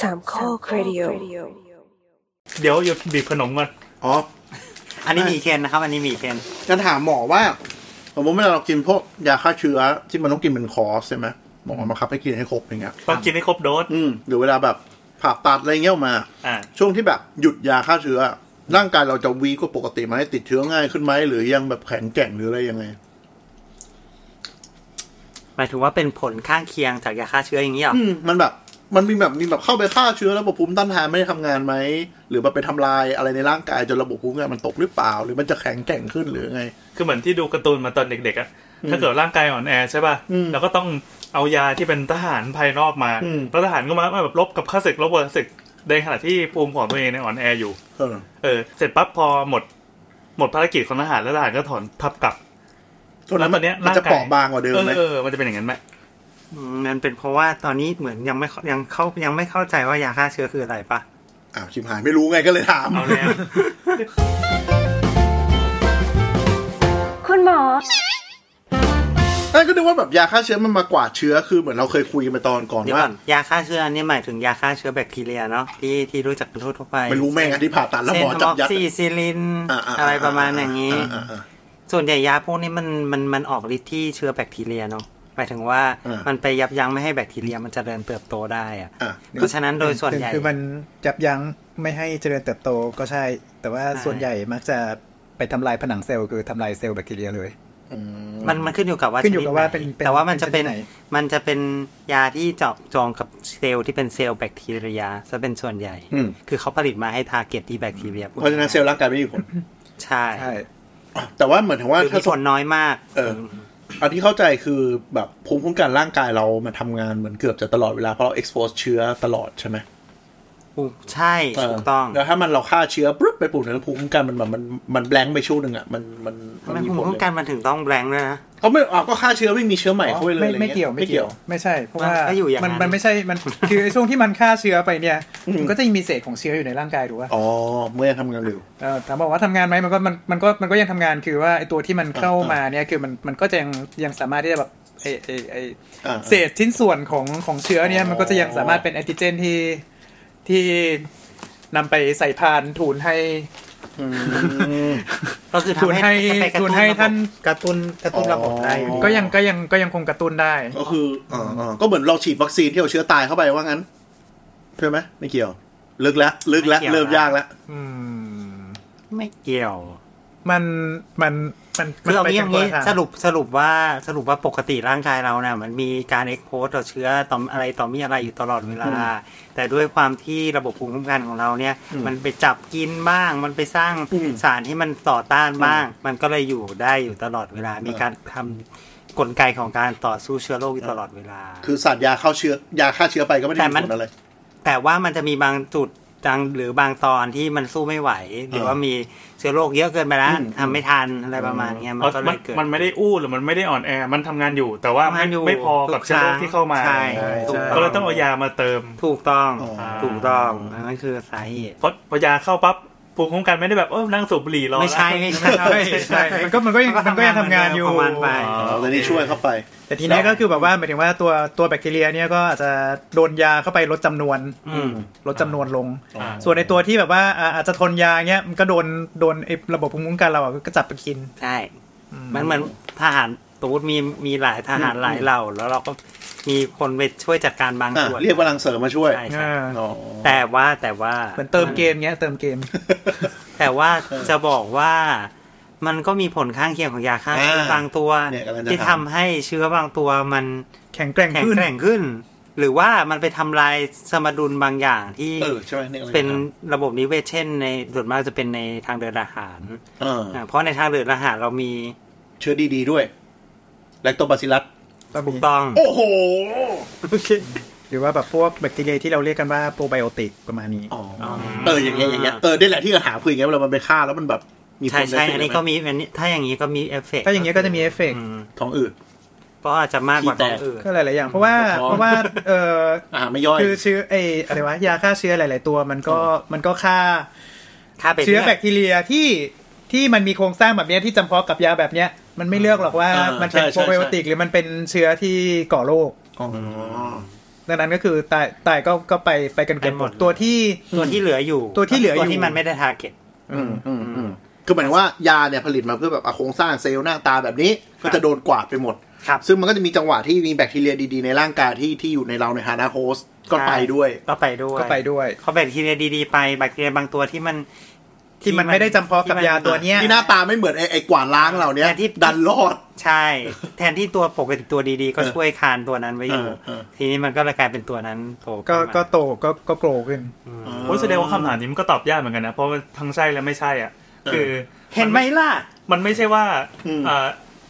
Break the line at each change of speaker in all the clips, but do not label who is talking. สามข้อครดิโอ
เดี๋ยวหยุดบีบขนมก่อน
อ๋อ
อันนี้มีเคนนะครับ อันนี้มีเคน
จะถามหมอว่าสมมติเวลาเรากินพวกยาฆ่าเชื้อที่มันต้องกินเป็นคอร์สใช่ไหมหมอบังคับให้กินให้ครบอย่างเงี้ย
ต้องกินให้ครบโดส
อืมหรือเวลาแบบผ่าตัดอะไรเงี้ยออกมา
อ่า
ช่วงที่แบบหยุดยาฆ่าเชื้อ ร่างกายเราจะวีกว่าปกติไหมติดเชื้อง่ายขึ้นไหมหรือยังแบบแข็งแกร่งหรืออะไรยังไง
หมายถึงว่าเป็นผลข้างเคียงจากยาฆ่าเชื้ออย่างนี้หรอ
อืมมันแบบมันมีแบบมีแบบเข้าไปฆ่าเชื้อระบบภูมิต้านทานไม่ได้ทำงานไหมหรือแบบไปทำลายอะไรในร่างกายจนระบบภูมิต้านทานมันตกหรือเปล่า หรือมันจะแข็งแกร่งขึ้นหรือไง
คือเหมือนที่ดูการ์ตูนมาตอนเด็กๆอะถ้าเกิดร่างกายอ่อนแอใช่ป่ะ
อืม
เราก็ต้องเอายาที่เป็นทหารภายนอกมา
อืม
แล้วทหารก็มามาแบบลบกับข้าศึกลบกับข้าศึกในขณะที่ภูมิของตัวเองเนี่ยอ่อนแออยู่
เออ
เออ เสร็จปั๊บพอหมด หมดภารกิจของทหารแล้วทหารก็ถอนทับกลับ
ตอนนั้น
แล้วตอนเนี้ย
มันจะ
ร่างกาย
เปราะบางกว่าเดิม
เออ
ไหม
เออมันจะเป็นอย่างนั้นไหม
อืมมันเป็นเพราะว่าตอนนี้เหมือนยังไม่เข้ายังเข้ายังไม่เข้าใจว่ายาฆ่าเชื้อคืออะไรปะ
อ้าวชิมหายไม่รู้ไงก็เลยถาม
เอาแล้ว
คุณหมอ
นั่นก็นึกว่าแบบยาฆ่าเชื้อมันมากวาดเชื้อคือเหมือนเราเคยคุยกันไปตอนก่อน
เดี๋ยว
ว่า
ก่อนยาฆ่าเชื้ออันนี้หมายถึงยาฆ่าเชื้อแบคทีเรียเนาะที่ที่รู้จักกันทั่วๆไป
ไม่รู้แม่งอะที่ผ่าตัดแล้ว
เช่
ห
น
มอ
ท
จั
อบ อก
ยัด
ซิซิลิน
าๆๆ
อะไรประมาณอย่างนี้
า
ส่วนใหญ่ยาพวกนี้มันมันมันออกฤทธิ์ที่เชื้อแบคทีเรียเนาะหมายถึงว่า
อ่ามั
มันไปยับยั้งไม่ให้แบคทีเรียมันเจริญเติบโตได้อะ
ๆๆอ่ะ
เพราะฉะนั้นโดยส่วนใหญ่
คือมันจับยั้งไม่ให้เจริญเติบโตก็ใช่ แต่ว่า
ใช่
ส่วนใหญ่มักจะไปทำลายผนังเซลล์คือทำลายเซลล์แบคทีเรียเลย
อืม
มันมันขึ้นอยู่กับว่า
ขึ้นอยู่กับว่า
ชดไห
เป็นเป็น
แต่ว่ามันจะเป็น
ชนิดไหน
มันจะเป็นยาที่เจาะจงกับเซลล์ที่เป็นเซลล์แบคทีเรียซะเป็นส่วนใหญ่
อืม
คือเขาผลิตมาให้ทาร์เก็ตที่แบคทีเรีย
เพราะฉะนั้นเซลล์ร่างกายไม่มีผล
ใช่
ใช่
อ่ะแต่ว่าเหมือนถึงว่า
คือ
ถ้า
มี
ส
ผม ลน้อยมาก
เออ อันที่เข้าใจคือแบบภูมิคุ้มกันร่างกายเรามันทำงานเหมือนเกือบจะตลอดเวลาเพราะเรา expose เชื้อตลอดใช่ไหม
มใช่ถูกต้อง
เแล้วถ้ามันเราฆ่าเชื้อปุ๊บไปปุ๊บเนี่ยภูมิคุ้มกันมันแบบมันมันแบงค์ไปช่วงหนึ่งอ่ะมันมัน
ทำไม
มี
ภู
ผ
มิ
ล
คุ้มกันมันถึงต้องแบงค์ด้วยนะ
เขาไม่เอาก็ฆ่าเชื้อไม่มีเชื้อใหม่เข้าไปเลย
ไม่
อะร
ไม่
งี้
เกี่ยวไม่เกี่ยว ไม่ใช่เพราะว่า
ก็อยู่อย่าง
มัน
นั้น
มันไม่ใช่มัน คือไอ้ช่วงที่มันฆ่าเชื้อไปเนี่ย
อืม
มันก็จะยังมีเศษของเชื้ออยู่ในร่างกายถูกป่ะ
อ๋อเมื่อทำงานเร็ว
เออถามบอกว่าทำงานไหมมันก็มันมันก็มันก็ยังทำงานคือว่าไอ้ตัวที่มันเข้ามาเนี่ยคือมันมันก็จะยังยังสามารถที่จะแบบไอ้ไอ้ไอ้
อ่า
เศษชิ้นส่วนของของเชื้อเนี่ย
อ๋อ
มันก็จะยังสามารถเป็นแอนติเจนที่ที่นำไปใส่พานทูนให้
อืม
ก็คือ
ทู
ทำ
น
ให้
ให้
ไปกระ
ทูน
ตุ้น
ให้
ระบบ
ท่าน
กระตุ้นกระตุ้นระบบได้อยู่
อ๋อ
ดี
ก็ยังก็ยังก็ยังคงกระตุ้นได้
ก็คืออ่าๆก็เหมือนเราฉีดวัคซีนที่เอาเชื้อตายเข้าไปว่างั้นใช่ไหมไม่เกี่ยว ลึกแล้วลึกแล้ว
ไม่เกี่ยว
เริ่มยากแล้ว
อืม
ไม่เกี่ยว
มันมันมัน
คือเอา
ไป
งี้
กั
เอางี้
คละทง
สรุปสรุปว่าสรุปว่าปกติร่างกายเราเนี่ยมันมีการเอ็กโพสต่อเชื้อต่อมอะไรต่อมีอะไรอยู่ตลอดเวลา แต่ด้วยความที่ระบบภูมิคุ้มกันของเราเนี่ย มันไปจับกินบ้าง มันไปสร้าง
อืม
สารที่มันต่อต้านบ้าง มันก็เลยอยู่ได้อยู่ตลอดเวลา มีการทำกลไกของการต่อสู้เชื้อโรคอยู่ตลอดเวลา
คือสัตว์ยาเข้าเชื้อยาฆ่าเชื้อไปก็ไม่ได้
แต่มั
มี
น
ผลอะไร
แต่ว่ามันจะมีบางจุดจังหรือบางตอนที่มันสู้ไม่ไหว หรือว่ามีเชื้อโรคเยอะเกินไปแล้ว
อืม
ทำไม่ทันอะไรประมาณเนี้ยมัน
เพราะ
ก็เล
มัน
ยเกิด
มันไม่ได้อู้หรือมันไม่ได้อ่อนแอ มันทำงานอยู่ แต่ว่า
ทำ
ไม่
งานอยู่
ไม่พอกับ
ทุก
เชื้อโรค
ครั้ง
ที่เข้ามา
ใช่
ใช่
ก็เลยต้องเอายามาเติม
ถูกต้อง
อ๋อ
ถูกต้องอันนั่นคือสาเหตุ
เพราะพอยาเข้าปั๊บภูมิคุ้มกันไม่ได้แบบเออนั่งสูบบุหรี่รอ
ไม่ใช่
แล้ว
ไม่ใช่
ใช่ใช่มันก็มันก็ยังมันก็ยังทำงานอยู่
ของมันไป
อ๋อแต่นี่ช่วยเข้าไป
แต่ทีเนี้ยก็คือแบบว่าหมายถึงว่าตัวตัวแบคทีเรียเนี่ยก็อาจจะโดนยาเข้าไปลดจำนวน
อืม
ลดจำนวนลง
อ่า
ส่วนในตัวที่แบบว่าอ่าอาจจะทนยาเงี้ยมันก็โดนโดนไอ้ระบบภูมิคุ้มกันเราอ่ะก็จับไปกิน
ใช่ มันเหมือนทหารตูดมีมีหลายทหารหลายเหล่า แล้วเราก็มีคนไปช่วยจัดการบาง
อ่ะ
ส่วน
เรียกกำลังเสริมมาช่วย
ใช่ใช่
อ่า
อ๋อ
แต่ว่าแต่ว่า
เหมือนเติมเกมเงี้ยเติมเกม
แต่ว่าจะบอกว่ามันก็มีผลข้างเคียงของยาฆ่าเชื้ออา บางตัว
เนี่ยกำลังจะ
ที่
ถา
ทำ
ม
ให้เชื้อบางตัวมัน
แข็งแกร่ง
แข็ง
ขึ้น
แกร่งขึ้น หรือว่ามันไปทำลายสมดุลบางอย่างที่
เออใช่ไหมยกำลังจะ
เป็นระบบนิเวศเช่น ในส่วนมากจะเป็นในทางเดินอาหาร
เออ
อ่าเพราะในทางเดินอาหารเรามี
เชื้อดีดีๆด้วยแลคโตบาซิลัส
ถูกต้อง
โอ้โห
หรือว่าแบบพวกแบคทีเรียที่เราเรียกกันว่าโปรไบโอติกประมาณนี้
อ๋อเอออย่างเงี้ยอย่างเงี้ยเออได้แหละที่กระถามคืออย่างเงี้ยเวลามันไปฆ่าแล้วมันแบบมี
ใช่ใช่
ผล
อันนี้ก็มีอันนี้ถ้าอย่างนี้ก็มีเอฟเฟกต์
ถ้าอย่างเงี้ยก็จะมีเอฟเฟก
อืม
ท้องอืด
ก็อาจจะมากกว่า
ที่แต
ขอก งอื่น
ก็หลายๆอย่าง เพราะว่า
ปวดท้อง
เพราะว่าเออ
อาหารไม่ย่อย
คือเชื้อไออะไรวะยาฆ่าเชื้อหลาย ๆ ตัวมันก็มันก็ฆ่า
ค่าไป
เชื้อ
รื่ย
แบคทีเรียที่ที่มันมีโครงสร้างแบบเนี้ยที่จำเพาะกับยาแบบเนี้ยมันไม่เลือกหรอกว่า
อ่ามั
มันเป็น
ใช่ใช่
โปรไบโอติก หรือมันเป็นเชื้อที่ก่อโรค
๋อ
ดังนั้นก็คือตายตายก็ก็ไปไปกันเกือบ
ไป
ห
ห
ม
ม
ด
ด
ตัวที่
ตัวที่เหลืออยู่
ตัวที่เหลืออยู่
ตัวที่มันไม่ได้ทาร์เก็ต
อืมอืมอืมคือหมายถึงว่ายาเนี่ยผลิตมาเพื่อแบบอ่ะโครงสร้างเซลล์หน้าตาแบบนี้ ก็จะโดนกวาดไปหมด
ครับ
ซึ่งมันก็จะมีจังหวะที่มีแบคทีเรียดีๆ ในร่างกายที่ที่อยู่ในเราในฐานะโฮสต์ก็ไปด้วย
ก็ไปด้วย
ก็ไปด้วย
เขาแบคทีเรียดีๆไปแบคทีเรียบางตัวที่มัน
ที่มันไม่ได้จำเพาะกับยาตัวเนี้ย
ที่หน้าตาไม่เหมือนไอ้ไอ้กวาดล้างเหล่าเนี้ย
แต่ที่
ดันรอด
ใช่ แทนที่ตัวปกติตัวดีๆ ก็
เออ
ช่วยคานตัวนั้นไว้อยู่
เออเออ
ทีนี้มันก็เลยกลายเป็นตัวนั้นโผล่
ก็
ขึ้นมา
ก็โตก็ก็โกรขึ้น
โอ้ยแสดงว่าคำถามนี้มันก็ตอบยากเหมือนกันนะ เพราะมันทั้งใช่และไม่ใช่อ่ะ คือ
เห็นไหมล่ะ
มันไม่ใช่ว่า
อืม
เอ่อ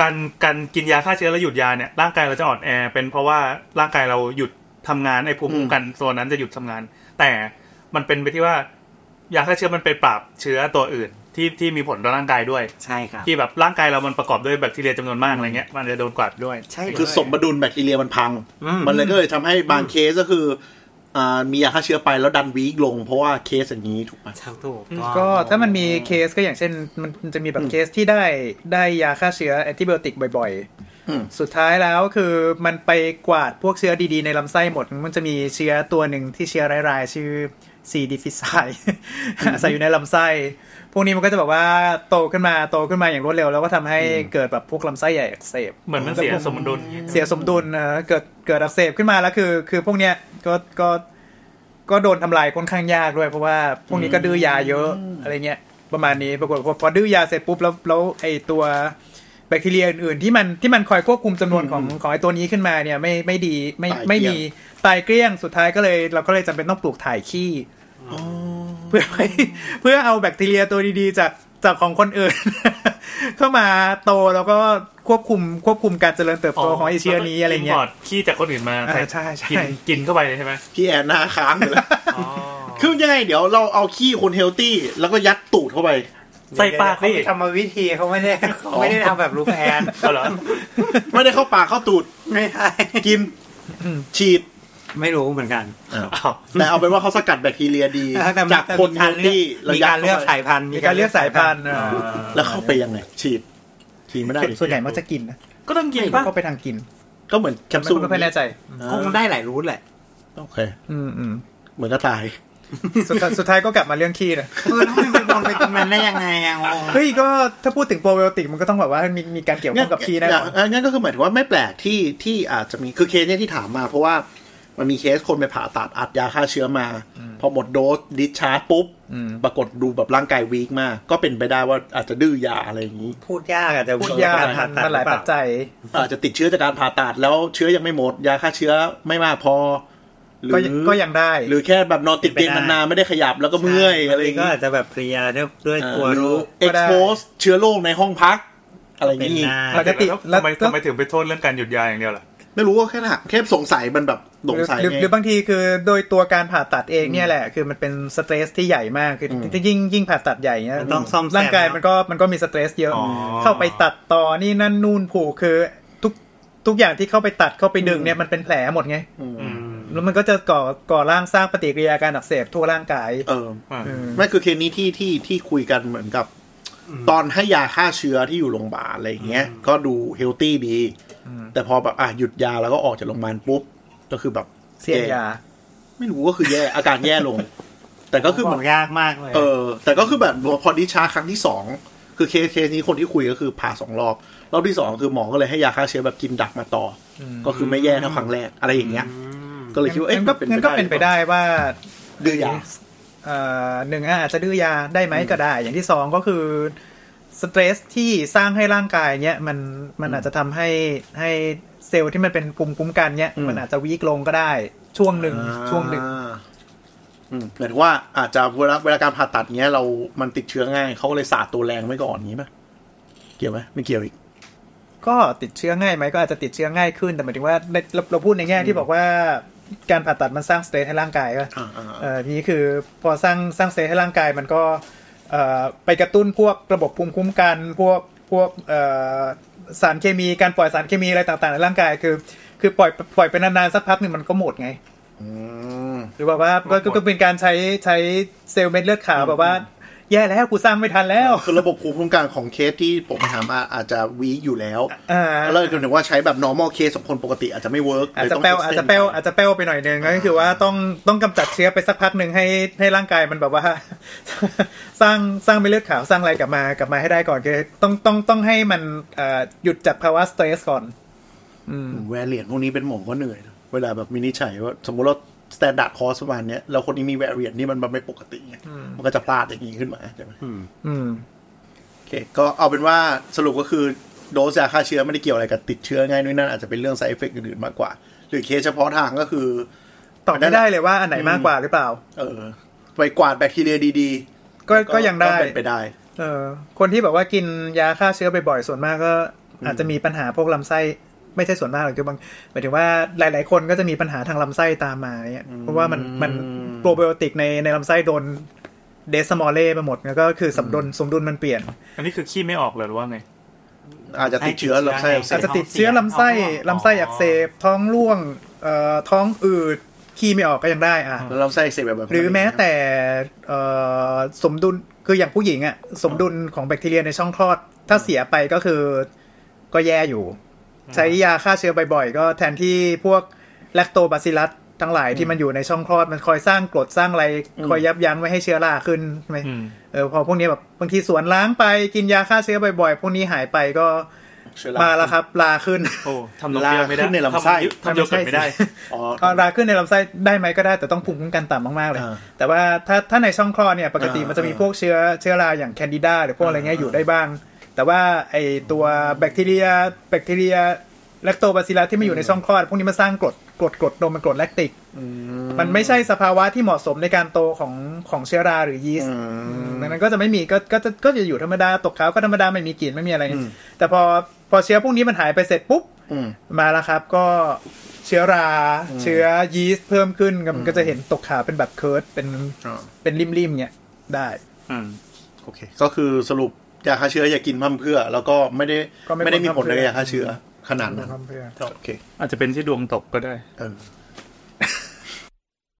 การการกินยาฆ่าเชื้อแล้วหยุดยาเนี่ยร่างกายเราจะอ่อนแอ เป็นเพราะว่าร่างกายเราหยุดทำงานไอ้ภูมิคุ้มกันตัวนั้นจะหยุดทำงาน แต่มันเป็นไปที่ว่ายาฆ่าเชื้อมันไปปราบเชื้อตัวอื่น ที่ที่มีผลต่อร่างกายด้วย
ใช่ครับ
ที่แบบร่างกายเรามันประกอบด้วยแบคทีเรียจำนวนมากอะไรเงี้ยมันจะโดนกวาดด้วย
ใช่เลย
คือสมดุลแบคทีเรียมันพัง
อืม
มันเลยก็เลยทำให้บางเคสก็คืออ่ามียาฆ่าเชื้อไปแล้วดันวีคลง เพราะว่าเคสอย่างนี้ถูกไหม
ถูกถูก
ก็ถ้ามันมีเคสก็อย่างเช่น มันจะมีแบบเคสที่ได้ได้ยาฆ่าเชื้อแอนติบิอติกบ่อย
อืม
ๆ สุดท้ายแล้วคือมันไปกวาดพวกเชื้อดีๆ ในลำไส้หมด มันจะมีเชื้อตัวหนึ่งที่เชื้อร้ายๆ ชื่อซีดิฟิซาย ใส่อยู่ในลำไส้ พวกนี้มันก็จะแบบว่าโตขึ้นมาโตขึ้นมาอย่างรวดเร็ว แล้วก็ทำให้เกิดแบบพวกลำไส้ใหญ่อักเสบ
เหมือนมันเสียสมดุลอย่างงี้
เสียสมดุลนะเกิดเกิดอักเสบขึ้นมาแล้วคือ คือพวกเนี้ยก็ก็ก็โดนทำลายค่อนข้างยากด้วย เพราะว่าพวกนี้ก็ดื้อยาเยอะอะไรเงี้ยประมาณนี้ปรากฏพอพอดื้อยาเสร็จปุ๊บแล้วแล้วไอตัวแบคทีเรียอื่นๆที่มันที่มันคอยควบคุมจำนวนของของไอตัวนี้ขึ้นมาเนี่ยไม่ไม่ดีไม่
ตายเกลี้ยง
ไม่มีตายเกลี้ยงสุดท้ายก็เลยเราก็เลยจำเป็นต้องปลูกถ่ายขี้ เพื่อให้เพื่อเอาแบคทีเรียตัวดีๆ จากจากของคนอื่น เข้ามาโตแล้วก็ควบคุมควบคุมการเจริญเติบโตของไอเชื้อนี้อะไรเงี้ย
แล้วก็ import ขี้จากคนอื่นมา
อ่าใช่ใช่
กินกินเข้าไปเลยใช่ไหม
พี่แอนหน้าค้างอยู่แล้วคือยังไงเดี๋ยวเราเอาขี้คนเฮลตี้แล้วก็ยัดตูดเข้าไป
ใส่ปากดิ
ทำมาวิธีเขาไม่ได้เขาไม่ได้ทำแบบลูกแอน
เอาเหรอ
ไม่ได้เข้าปากเข้าตูด
ไม่ใช่
กินฉีด
ไม่รู้เหมือนกัน
อ้าว
แต่เอาเป็นว่าเขาสกัดแบคทีเรียดี
แต่มั
จากคนเฮ
มีาร
ล
เลื
ตี้
อ
แล้ว
กมี
ยัด
การเลือกสายพันธุ์
มีการเลือกสายพันธุ์อ่า
แล้วเข้าไปยังไงฉีดฉีดไม่ได้ดิ
ส่วนใหญ่มักจะกินนะ
ก็ต้องกินปะ
ก็ไปทางกิน
ก็เหมือนแคป
ไม่
ซูล
ไม่ค่อยแน่ใจ
คงได้หลายรูทแหละ
โอเค
อืมอืม
เหมือนก็ตาย
สุดท้ายสุดท้ายก็กลับมาเรื่องขี้นะ
เออแล้วมันเป็นคนเป็นตรงนั้นได้ยังไงอ่ะงง
เฮ้ยก็ถ้าพูดถึงโปรไบโอติกมันก็ต้องแบบว่ามีมีการเกี่ยวข้องกับขี้แน่นอน
เยงั้นก็คือหมายถึงว่าไม่แปลกที่ที่อาจจะมีคือเคสเนี่ยที่ถามมา เพราะว่ามันมีเคสคนไปผ่าตัดอัดยาฆ่าเชื้อมา พอหมดโดสดิชาร์จปุ๊บ
อืม
ปรากฏดูแบบร่างกายวีคมาก ก็เป็นไปได้ว่าอาจจะดื้อยาอะไรอย่างนี้
พูดยากอ่ะแต่
พูดยาก
ผ่ตัด
มันหลายปัจจัย
อาจจะติดเชื้อจากการผ่าตัดแล้วเชื้อยังไม่หมด ยาฆ่าเชื้อไม่มากพอหรือ
ก็ยังก็ยังได้
หรือแค่แบบนอนติดเตียงนานๆไม่ได้ขยับแล้วก็เมื่อยอะไรอย่าง
ก็
นี้
อาจจะแบบเพลียด้วยด้วย
อ่าก
ลัว
หรือ
รู้
ก็ได้
expose เชื้อโรคในห้องพัก อะไรอย่าง
เป็น
นี้
ได้
ปกติแล้
แล้ว วทำไมทำไมถึงไปโทษเรื่องการหยุดยาอย่างเดียวล่ะ
ไม่รู้ว่าแค่หนักแค่สงสัยมันแบบสงสัย
หรือ
ไง
หรือบางทีคือโดยตัวการผ่าตัดเองเนี่ยแหละ คือมันเป็นสเตรสที่ใหญ่มากคืออยิ่งยิ่งผ่าตัดใหญ่เนี่ย
มันต้องซ่อมแซม
ร่างกาย
เนอะ
มันก็มันก็มีสเตรสเยอะ
อ๋อ
เข้าไปตัดต่อนี่นั่นนู่นผูกคือทุกทุกอย่างที่เข้าไปตัดเข้าไปดึงเนี่ยมันเป็นแผลหมดไง แล้วมันก็จะก่อก่อร่างสร้างปฏิกิริยาการอักเสบทั่วร่างกาย
เออ
อ่า
เออ
ไม่คือเคสนี้ที่ที่ที่คุยกันเหมือนกับ ตอนให้ยาฆ่าเชื้อที่อยู่โรงพยาบาลอะไรอย่างเงี้ย ก็ดูเฮลตี้ดี แต่พอแบบอ่ะหยุดยาแล้วก็ออกจากโรงพยาบาลปุ๊บ ก็คือแบบ
เสียยา
ไม่รู้ก็คือแย่ อาการแย่ลง แต่ก็คื
คือ อ
เห
บ
มื
อ
อน
กยากมากเลย
เออ แต่ก็คือแบบพอดิชาร์จครั้งที่สองคือเคสเคสนี้คนที่คุยก็คือผ่าสองรอบ รอบที่สองคือหมอก็เลยให้ยาฆ่าเชื้อแบบกินดักมาต่ออก็คือไม่แย่เท่าครั้งแรกอะไรอย่างเงี้ย ก็เลยคิดว่าเอ๊ะ
งั้นก็งั้นก็เป็นไปได้ว่า
ดื้อยา
เอ่อหนึ่งอาจจะดื้อยาได้ไหมก็ได้ อย่างที่สองก็คือสเตรสที่สร้างให้ร่างกายเนี้ยมันมันอาจจะทำให้ให้เซลล์ที่มันเป็นภูมิคุ้มกันเนี้ย
อืม
มันอาจจะวีกลงก็ได้ช่วงหนึ่งช่วงหนึ่ง
อ่าอืมเหมือนว่าอาจจะเวลาเวลาการผ่าตัดเนี้ยเรา มันติดเชื้อง่าย เขาก็เลยสาดตัวแรงไว้ก่อนนี้ป่ะ เกี่ยวไหมไม่เกี่ยวอีก
ก็ติดเชื้อง่ายไหมก็อาจจะติดเชื้อง่ายขึ้นแต่หมายถึงว่าในเราเราพูดในแง่ที่บอกว่าการผ่าตัดมันสร้างสเตรสให้ร่างกายก็
อ่าอ่าอ่า
เอ่อทีนี้คือพอสร้างสร้างสเตรสให้ร่างกายมันก็เอ่อไปกระตุ้นพวกระบบภูมิคุ้มกัน พวกพวกเอ่อสารเคมีการปล่อยสารเคมีอะไรต่างๆ ในร่างกายคือ คือปล่อยปล่อยไปนานๆสักพักหนึ่งมันก็หมดไง
อืม
หรือแบบว่าก็ก็ก็เป็นการใช้ใช้เซลล์เม็ดเลือดขาวแบบว่า แย่แล้วกูสร้างไม่ทันแล้ว
คือระบบภูมิคุ้มกันของเคสที่ผมถามมาอาจจะวีอยู่แล้ว
อ่า
แล้วก็ถึงว่าใช้แบบ normal case ของคนปกติอาจจะไม่เวิร์ก
อาจจะแป้วอาจจะแป้วอาจจะแป้วไปหน่อยนึงก็คือว่าต้องต้องกำจัดเชื้อไปสักพักหนึ่งให้ให้ร่างกายมันแบบว่า สร้างสร้างไปเลือดขาวสร้างอะไรกลับมากลับมาให้ได้ก่อนคือต้องต้องต้องให้มันเอ่อหยุดจากภาวะสเตรสก่อน
แวรเหรียญพวกนี้เป็นหมอก็เหนื่อยนะเวลาแบบมินิจฉัยว่าสมมติเรา standard cost ประมาณเนี้ยแล้วคนนี้มีแวรเหรียญนี่มันแบบไม่ปกติไงมันก็จะพลาดอย่างนี้ขึ้นมาใช่ไหม
อืม
โอเคก็เอาเป็นว่าสรุปก็คือโดสยาฆ่าเชื้อไม่ได้เกี่ยวอะไรกับติดเชื้อง่ายนู่นนั่นอาจจะเป็นเรื่อง side effect อื่นๆมากกว่า หรือเคสเฉพาะทางก็คือ
ตอบไม่ได้เลยว่าอันไหนมากกว่าหรือเปล่า
เออไปกวาดแบคทีเรียดีๆ
ก็ก็ยังได้
เป็นไปได้
เออคนที่แบบว่ากินยาฆ่าเชื้อบ่อยๆส่วนมากก็ อาจจะมีปัญหาพวกลำไส้ไม่ใช่ส่วนมากหรอกคือบางหมายถึงว่าหลายๆคนก็จะมีปัญหาทางลำไส้ตามมาเนี่ยเพราะว่ามันมันโปรไบโอติกในในลำไส้โดนเดสมอลเล่ไปหมดแล้วก็คือสมดุลสมดุลมันเปลี่ยน
อันนี้คือขี้ไม่ออกเลยหรือว่าไง
อาจจะติดเชื้อลำไส้อักเส
อาจ
บ
จะติดเชื้อลำไส้ลำไส้อักเสบท้องร่วงเอ่อท้องอืดขี้ไม่ออกก็ยังได้อ่ะ
แล้วลำไส้อักเสบแบบแบบ
หรือแม้แต่เอ่อสมดุลคืออย่างผู้หญิงอะสมดุลของแบคทีเรียในช่องคลอด ถ้าเสียไปก็คือก็แย่อยู่ ใช้ยาฆ่าเชื้อบ่อยๆ ก็แทนที่พวกแลคโตบาซิลัสทั้งหลายที่มันอยู่ในช่องคลอด มันคอยสร้างกรดสร้างอะไร คอยยับยั้งไม่ให้เชื้อราขึ้นใช่ไหม
อืม
เออพอพวกนี้แบบบางทีสวนล้างไปกินยาฆ่าเชื้อบ่อยๆ พวกนี้หายไปก็
เชื้อ
มาแล้วครับลาขึ้น
โอ้ทำนมเปรี้ยวไม่ได้
ลาขึ้นในลำไส้
ทำโยเกิร์ตไม่ได้
อ๋อ
เอาราขึ้นในลำไส้ได้ไหมก็ได้แต่ต้องภูมิคุ้มกันต่ำมาก ๆ เลย
อ่า
แต่ว่าถ้าถ้าในช่องคลอดเนี่ยปกติ
อ่ามั
มันจะมี
อ่า
พวกเชื้อเชื้อราอย่างแคนดิดาหรือพวกอะไรเงี้ยอยู่ได้บ้าง แต่ว่าไอตัวแบคทีเรียแบคทีเรียแลคโตบาซิลัสที่มาอยู่ในช่องคลอด พวกนี้มันสร้างกรดกรดกรดนมเป็นกรดแลคติก มันไม่ใช่สภาวะที่เหมาะสมในการโตของของเชื้อราหรือยีสต์
อืม
ดังนั้นก็จะไม่มีก็ก็จะก็จะอยู่ธรรมดาตกขาวก็ธรรมดาไม่มีกลิ่นไม่มีอะไร แต่พอพอเชื้อพวกนี้มันหายไปเสร็จปุ๊บ
อืม
มาแล้วครับก็เชื้อรา เชื้อยีสต์เพิ่มขึ้นก็มันก็จะเห็นตกขาวเป็นแบบเคิร์ดเป็น
อ่า
เป็นริมๆเนี่ยได้
อืม
โอเค ก็คือสรุปยาฆ่าเชื้ออย่ากินพั่มเพื่อ แล้วก็ไม่ได้
ก็ไม่
ไม่ได้มีผลอะไร
พร่ำเพรื่อ
กับยาฆ่าเชื้อขนาดนั้น
เพื่อ
โอเค
อาจจะเป็นที่ดวงตกก็ได้
เออ